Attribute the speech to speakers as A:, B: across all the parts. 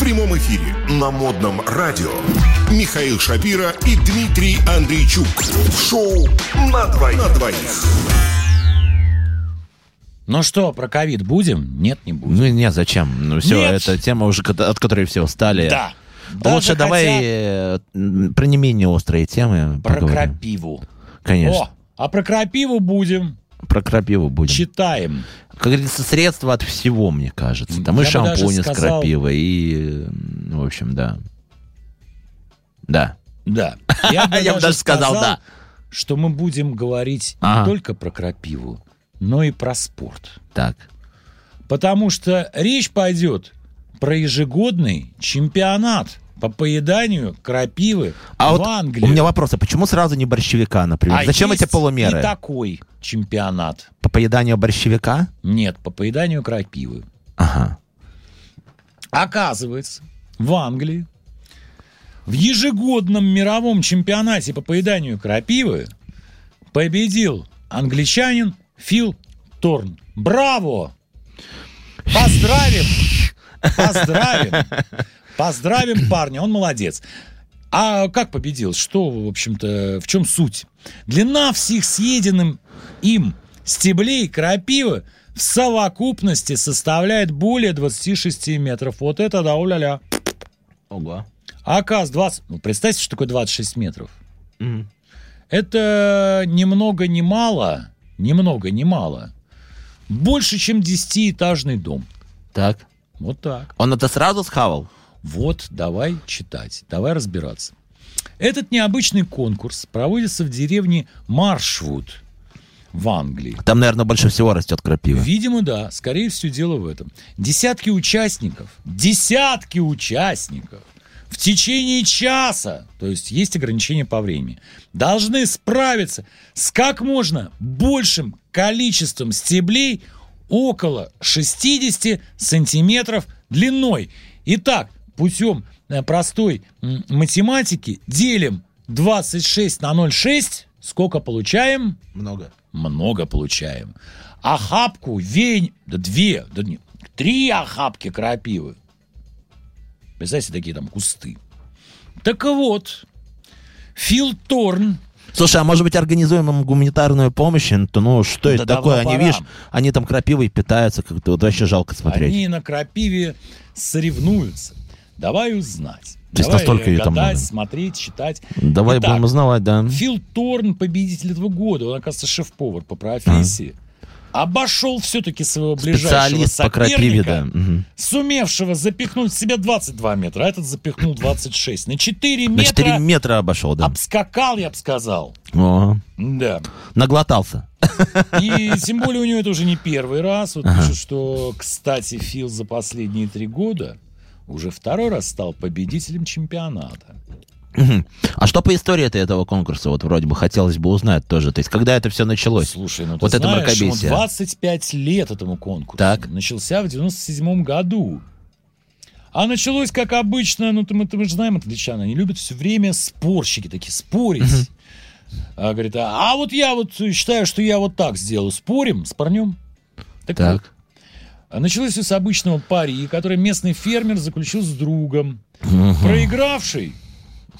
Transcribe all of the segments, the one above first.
A: прямом эфире на модном радио Михаил Шапира и Дмитрий Андрейчук. В шоу на двоих. На двоих.
B: Ну что, про ковид будем? Нет, не будем.
C: Ну не, зачем? Ну все,
B: Нет.
C: это тема уже, кото- от которой все устали.
B: Да.
C: Лучше
B: Даже
C: давай
B: хотя
C: э, м, про не менее острые темы
B: Про
C: поговорим.
B: крапиву.
C: Конечно.
B: О, а про крапиву будем.
C: Про крапиву будем.
B: Читаем.
C: Как говорится, средства от всего, мне кажется. Там
B: Я
C: и
B: бы
C: шампуни
B: даже
C: с
B: сказал-
C: крапивой, и... э, ну, В общем, да. Да.
B: Да. Я бы
C: Я бы даже сказал, да.
B: Что мы будем говорить не
C: Ага.
B: только про крапиву, но и про спорт.
C: Так.
B: Потому что речь пойдет про ежегодный чемпионат по поеданию крапивы
C: А
B: в
C: вот
B: Англии.
C: у меня вопрос, а почему сразу не борщевика, например?
B: А
C: Зачем эти
B: есть
C: полумеры?
B: И такой чемпионат.
C: По поеданию борщевика?
B: Нет, по поеданию крапивы.
C: Ага.
B: Оказывается, в Англии в ежегодном мировом чемпионате по поеданию крапивы победил англичанин Фил Торн. Браво! Поздравим! Поздравим! Поздравим парня, он молодец. А как победил? Что, в общем-то, в чем суть? Длина всех съеденным им стеблей крапивы в совокупности составляет более 26 метров. Вот это да, уля-ля.
C: Ого.
B: А Аказ 20... Ну, представьте, что такое 26 метров. Это ни много ни мало, ни много ни мало, больше, чем 10-этажный дом.
C: Так.
B: Вот так.
C: Он это сразу схавал?
B: Вот, давай читать, давай разбираться. Этот необычный конкурс проводится в деревне Маршвуд в Англии.
C: Там, наверное, больше всего растет крапива.
B: Видимо, да. Скорее всего, дело в этом. Десятки участников, десятки участников в течение часа, то есть есть ограничения по времени, должны справиться с как можно большим количеством стеблей около 60 сантиметров длиной. Итак, путем э, простой м, математики делим 26 на 0,6. Сколько получаем?
C: Много.
B: много получаем. Охапку, вень, да две, да не, три охапки крапивы. Представьте, такие там кусты. Так вот, Фил Торн,
C: Слушай, а может быть организуем им гуманитарную помощь? То ну что
B: Да
C: это
B: давно
C: такое? Они,
B: пора.
C: видишь, они там крапивой питаются, как-то вот вообще жалко смотреть.
B: они на крапиве соревнуются. Давай узнать.
C: То есть
B: Давай
C: настолько её там
B: гадать,
C: много?
B: смотреть, читать.
C: Давай
B: Итак,
C: будем узнавать, да.
B: Фил Торн, победитель этого года, он, оказывается, шеф-повар по профессии, обошел все-таки своего ближайшего
C: Специалист по крапиве,
B: соперника.
C: да. Мгм.
B: сумевшего запихнуть в себя 22 метра, а этот запихнул 26. На 4
C: На 4
B: метра
C: метра обошел, да.
B: обскакал, я бы сказал.
C: О,
B: Да.
C: Наглотался.
B: И тем более у него это уже не первый раз. Вот
C: Ага.
B: пишут, что, кстати, Фил за последние три года уже второй раз стал победителем чемпионата.
C: Мгм. А что по истории-то этого конкурса? Вот вроде бы хотелось бы узнать тоже. То есть, когда это все началось?
B: Слушай, ну ты
C: Вот это
B: знаешь, ему
C: мракобесие.
B: 25 лет этому конкурсу.
C: Так.
B: Начался в 97 году. А началось, как обычно, ну ты- мы, ты- мы же знаем англичан, они любят все время спорщики такие, спорить. А, говорит, а, а вот я вот считаю, что я вот так сделаю. Спорим с парнем? Так,
C: Так.
B: вот. А Началось все с обычного пари, который местный фермер заключил с другом.
C: Мгм.
B: Проигравший,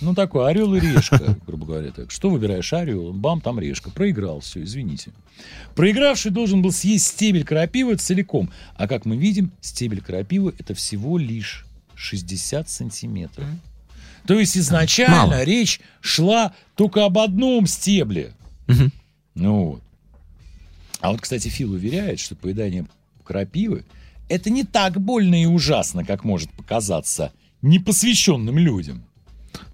B: ну такой орел и решка, грубо говоря. Так. Что выбираешь? Орел, бам, там решка. Проиграл, все, извините. Проигравший должен был съесть стебель крапивы целиком. А как мы видим, стебель крапивы это всего лишь 60 сантиметров. То есть изначально
C: Мало.
B: речь шла только об одном стебле.
C: Мгм.
B: Ну вот. А вот, кстати, Фил уверяет, что поедание крапивы это не так больно и ужасно, как может показаться непосвященным людям.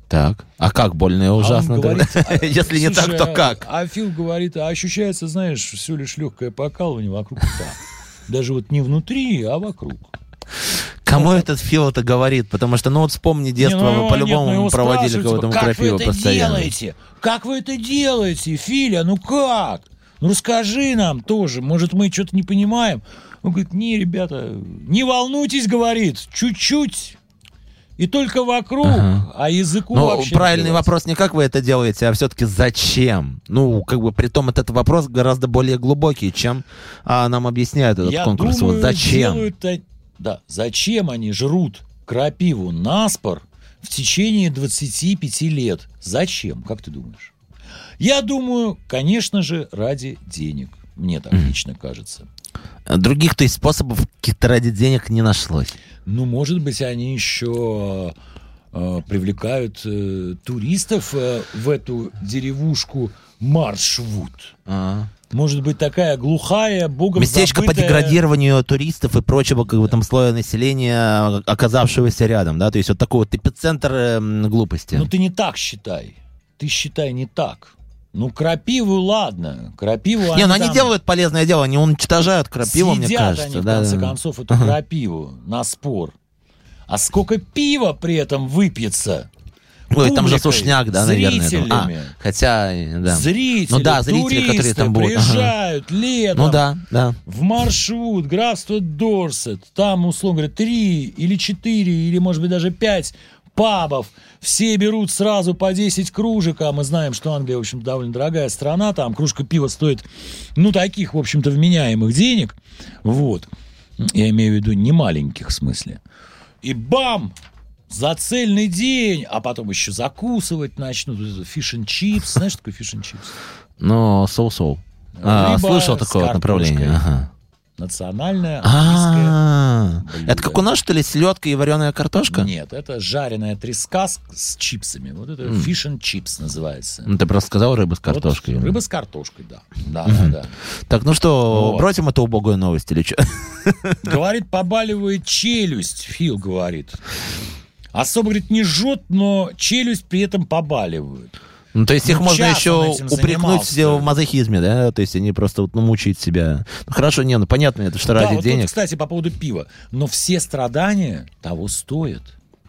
C: Так. А как больно и
B: А он
C: ужасно?
B: говорит,
C: тогда?
B: а,
C: Если не так,
B: слушай,
C: то
B: а-
C: как?
B: А Фил говорит, а ощущается, знаешь, все лишь легкое покалывание вокруг рта. Даже вот не внутри, а вокруг.
C: Кому этот Фил это говорит? Потому что, ну вот вспомни детство,
B: Не, ну его
C: мы
B: нет, ну
C: по-любому
B: его
C: проводили
B: спрашивают,
C: кого-то
B: типа,
C: на
B: Как
C: крапиву
B: вы это
C: постоянно.
B: делаете? Как вы это делаете, Филя? Ну как? Ну расскажи нам тоже. Может, мы что-то не понимаем? Он говорит, не, ребята, не волнуйтесь, говорит, чуть-чуть. И только вокруг,
C: Ага.
B: а языку
C: Ну,
B: вообще не
C: правильный
B: плевать.
C: вопрос не как вы это делаете, а все-таки зачем? Ну, как бы, при том, этот вопрос гораздо более глубокий, чем а, нам объясняют этот
B: Я
C: конкурс.
B: думаю,
C: вот зачем?
B: делают-то- Да, зачем они жрут крапиву на спор в течение 25 лет. Зачем, как ты думаешь? Я думаю, конечно же, ради денег. Мне так
C: Мгм.
B: лично кажется.
C: Других-то и способов каких-то ради денег не нашлось.
B: Ну, может быть, они еще э, привлекают э, туристов э, в эту деревушку Маршвуд. Может быть, такая глухая, богом
C: А. Местечко по
B: забытая-
C: деградированию туристов и прочего как бы там слоя населения, оказавшегося рядом, да, то есть вот такой вот эпицентр эм, глупости.
B: Ну, ты не так считай. Ты считай не так. Ну, крапиву, ладно. Крапиву
C: не, ну они
B: там
C: делают полезное дело, они уничтожают крапиву, мне
B: съедят
C: кажется.
B: они, в
C: да,
B: конце
C: да.
B: концов, эту крапиву на спор. А сколько пива при этом выпьется?
C: Ой, там же
B: публикой,
C: сушняк, да, наверное. там. А,
B: зрителями.
C: хотя, э, да.
B: Зрители,
C: Ну да, зрители,
B: туристы
C: которые там будут, ага.
B: приезжают летом
C: Ну да, да.
B: в маршрут, графство Дорсет. Там, условно говоря, три или четыре, или, может быть, даже пять пабов. Все берут сразу по 10 кружек, а мы знаем, что Англия, в общем, довольно дорогая страна. Там кружка пива стоит, ну, таких, в общем-то, вменяемых денег. Вот. Я имею в виду не маленьких, в смысле. И бам! За цельный день, а потом еще закусывать начнут. Фиш чипс. Знаешь, что такое фиш чипс?
C: Ну, соу-соу. А,
B: Рыба
C: слышал
B: с
C: такое вот направление.
B: картошкой.
C: ага.
B: Национальное английское
C: А,
B: блюдо.
C: это как у нас, что ли, селедка и вареная картошка?
B: Нет, это жареная треска с, с чипсами. Вот это
C: М.
B: фишн чипс называется.
C: Ну, ты просто сказал рыба с
B: Вот
C: картошкой.
B: рыба с картошкой, да. Да, да,
C: Так, ну что,
B: Вот.
C: бросим эту убогую новость или что?
B: да. Говорит, побаливает челюсть, Фил говорит. Особо, говорит, не жжет, но челюсть при этом побаливает.
C: Ну, то есть их
B: Ну,
C: можно
B: час
C: еще
B: он этим
C: упрекнуть
B: занимался.
C: в мазохизме, да? То есть они просто вот, ну, мучают себя. Ну, хорошо, не, ну, понятно, это что
B: да,
C: ради
B: вот тут,
C: денег.
B: кстати, по поводу пива. Но все страдания того стоят.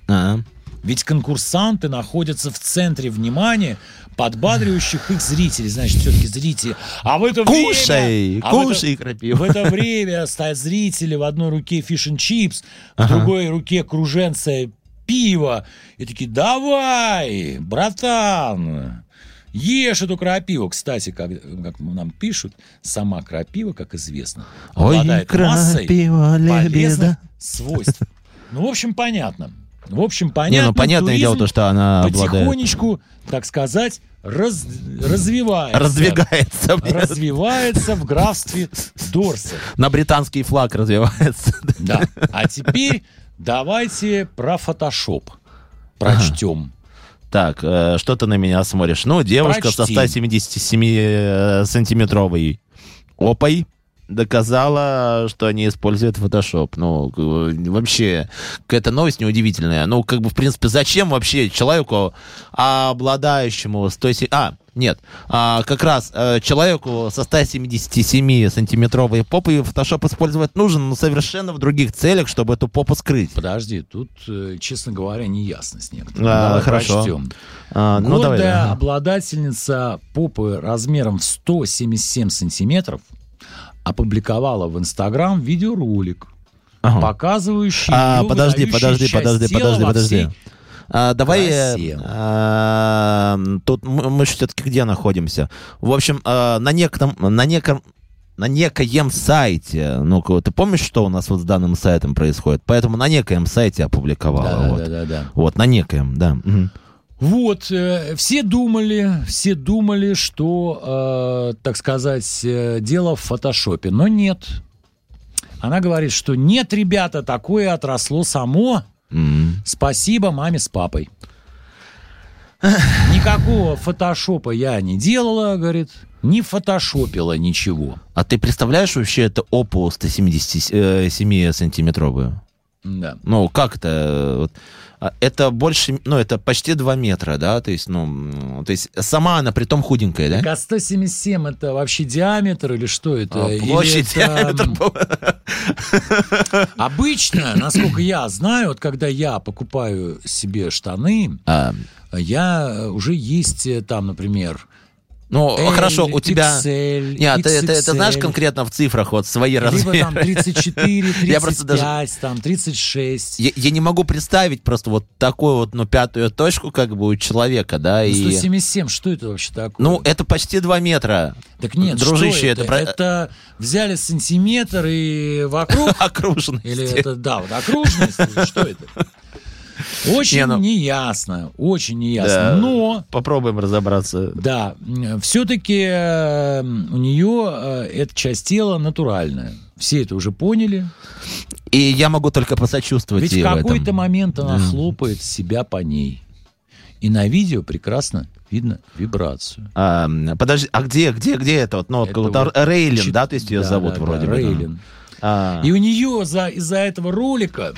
C: А.
B: Ведь конкурсанты находятся в центре внимания подбадривающих их зрителей. Значит, все-таки зрители. А в это время-
C: Кушай,
B: а в это-
C: кушай
B: В
C: крапиву.
B: это время стоят зрители, в одной руке фиш чипс, в
C: Ага.
B: другой руке круженце пива. И такие, давай, братан, ешь эту крапиву. Кстати, как, как нам пишут, сама крапива, как известно,
C: Ой,
B: обладает массой
C: крапива,
B: полезных
C: лебеда.
B: свойств. Ну, в общем, понятно. В общем,
C: Не,
B: понятно.
C: ну, понятное
B: туризм
C: дело, то, что она обладает.
B: потихонечку, так сказать, раз- развивается.
C: Раздвигается. блин.
B: Развивается в графстве Дорсет.
C: На британский флаг развивается.
B: Да. А теперь давайте про фотошоп прочтем.
C: Так, э, что ты на меня смотришь? Ну, девушка
B: Прочти.
C: со 177-сантиметровой опой доказала, что они используют Photoshop. Ну, как бы, вообще, какая-то новость неудивительная. Ну, как бы, в принципе, зачем вообще человеку, а, обладающему 107... А, нет, а, как раз э, человеку со 177-сантиметровой попой Photoshop использовать нужен, но совершенно в других целях, чтобы эту попу скрыть.
B: Подожди, тут, э, честно говоря, неясность некоторая.
C: Да,
B: Давай
C: хорошо.
B: прочтем.
C: А, ну, давай.
B: Гордая
C: да.
B: обладательница попы размером в 177 сантиметров опубликовала в Инстаграм видеоролик,
C: Ага.
B: показывающий
C: Хм. А,
B: её
C: подожди, подожди,
B: выдающуюся
C: подожди,
B: часть
C: подожди,
B: тела во
C: подожди.
B: всей-
C: А, давай, э,
B: красе.
C: а, тут мы, мы все-таки где находимся? В общем, а, на неком, на неком, на некоем сайте. Ну, ка ты помнишь, что у нас вот с данным сайтом происходит? Поэтому на некоем сайте опубликовала.
B: Да,
C: А, вот.
B: да, да, да.
C: Вот, на некоем, да. Мгм.
B: Вот, э, все думали, все думали, что, э, так сказать, э, дело в фотошопе, но нет. Она говорит, что нет, ребята, такое отросло само.
C: М.
B: Спасибо маме с папой. Никакого фотошопа я не делала, говорит, не фотошопила ничего.
C: А ты представляешь вообще это э, опу 177-сантиметровую?
B: Да.
C: Ну, как это? вот, а, Это больше, ну, это почти 2 метра, да? То есть, ну, м, то есть сама она притом худенькая, да?
B: Так а 177 это вообще диаметр или что это?
C: А,
B: Или
C: Площадь.
B: это,
C: это по-
B: Обычно, насколько я знаю, вот когда я покупаю себе штаны,
C: А,
B: я э, уже есть э, там, например,
C: Ну, хорошо, у тебя...
B: XL,
C: Нет, ты, ты- ты знаешь
B: XXL,
C: конкретно в цифрах вот свои
B: Либо там
C: размеры?
B: 34, 35,
C: Я просто даже-
B: там 36.
C: Я, я не могу представить просто вот такую вот, ну, пятую точку как бы у человека, да,
B: Ну,
C: и...
B: 177, что это вообще такое?
C: Ну, это почти 2 метра
B: так нет,
C: дружище,
B: что это?
C: это про-
B: Это взяли сантиметр и вокруг
C: окруженности.
B: Или это, да, вот окружность, или что это? Очень
C: Не, ну-
B: неясно, очень неясно.
C: Да.
B: Но
C: Попробуем разобраться.
B: Да, все-таки у нее э, эта часть тела натуральная. Все это уже поняли.
C: И я могу только посочувствовать
B: Ведь
C: ей
B: в
C: этом.
B: какой-то момент она
C: Да.
B: хлопает себя по ней. И на видео прекрасно видно вибрацию.
C: А, м, подожди, а где, где, где это? Вот, ну, вот,
B: Это
C: как будто
B: вот
C: Рейлин,
B: Чит-
C: да, то есть ее
B: Да,
C: зовут
B: да,
C: вроде
B: да,
C: бы. да.
B: Рейлин.
C: А,
B: И у нее за, из-за этого ролика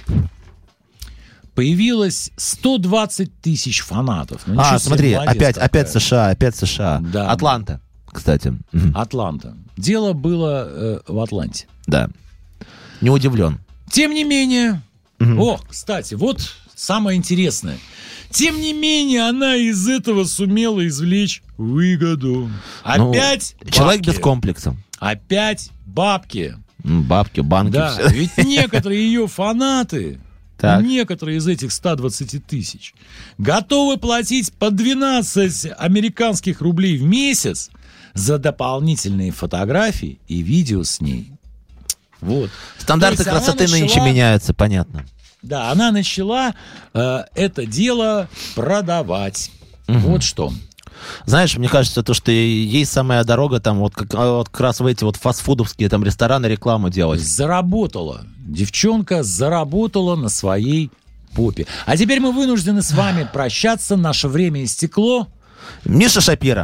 B: появилось 120 тысяч фанатов. Ну,
C: а,
B: ничего себе,
C: смотри,
B: молодец
C: опять,
B: какая.
C: опять США, опять США.
B: Да.
C: Атланта, кстати. Мгм.
B: Атланта. Дело было э, в Атланте.
C: Да. Не удивлен.
B: Тем не менее, о, кстати, вот самое интересное. Тем не менее, она из этого сумела извлечь выгоду.
C: Ну,
B: Опять бабки.
C: Человек без комплекса.
B: Опять бабки.
C: М, Бабки, банки,
B: Да,
C: всё.
B: ведь некоторые ее фанаты,
C: Так.
B: некоторые из этих 120 тысяч, готовы платить по 12 американских рублей в месяц за дополнительные фотографии и видео с ней. Вот.
C: Стандарты
B: То есть она
C: красоты нынче
B: начала-
C: меняются, понятно.
B: Да, она начала э, это дело продавать. Вот что.
C: Знаешь, мне кажется, то, что есть самая дорога, там, вот как, а, вот как раз в эти вот фастфудовские там рестораны рекламу делать.
B: Заработала. Девчонка заработала на своей попе. А теперь мы вынуждены с вами прощаться. Наше время истекло.
C: Миша Шапира.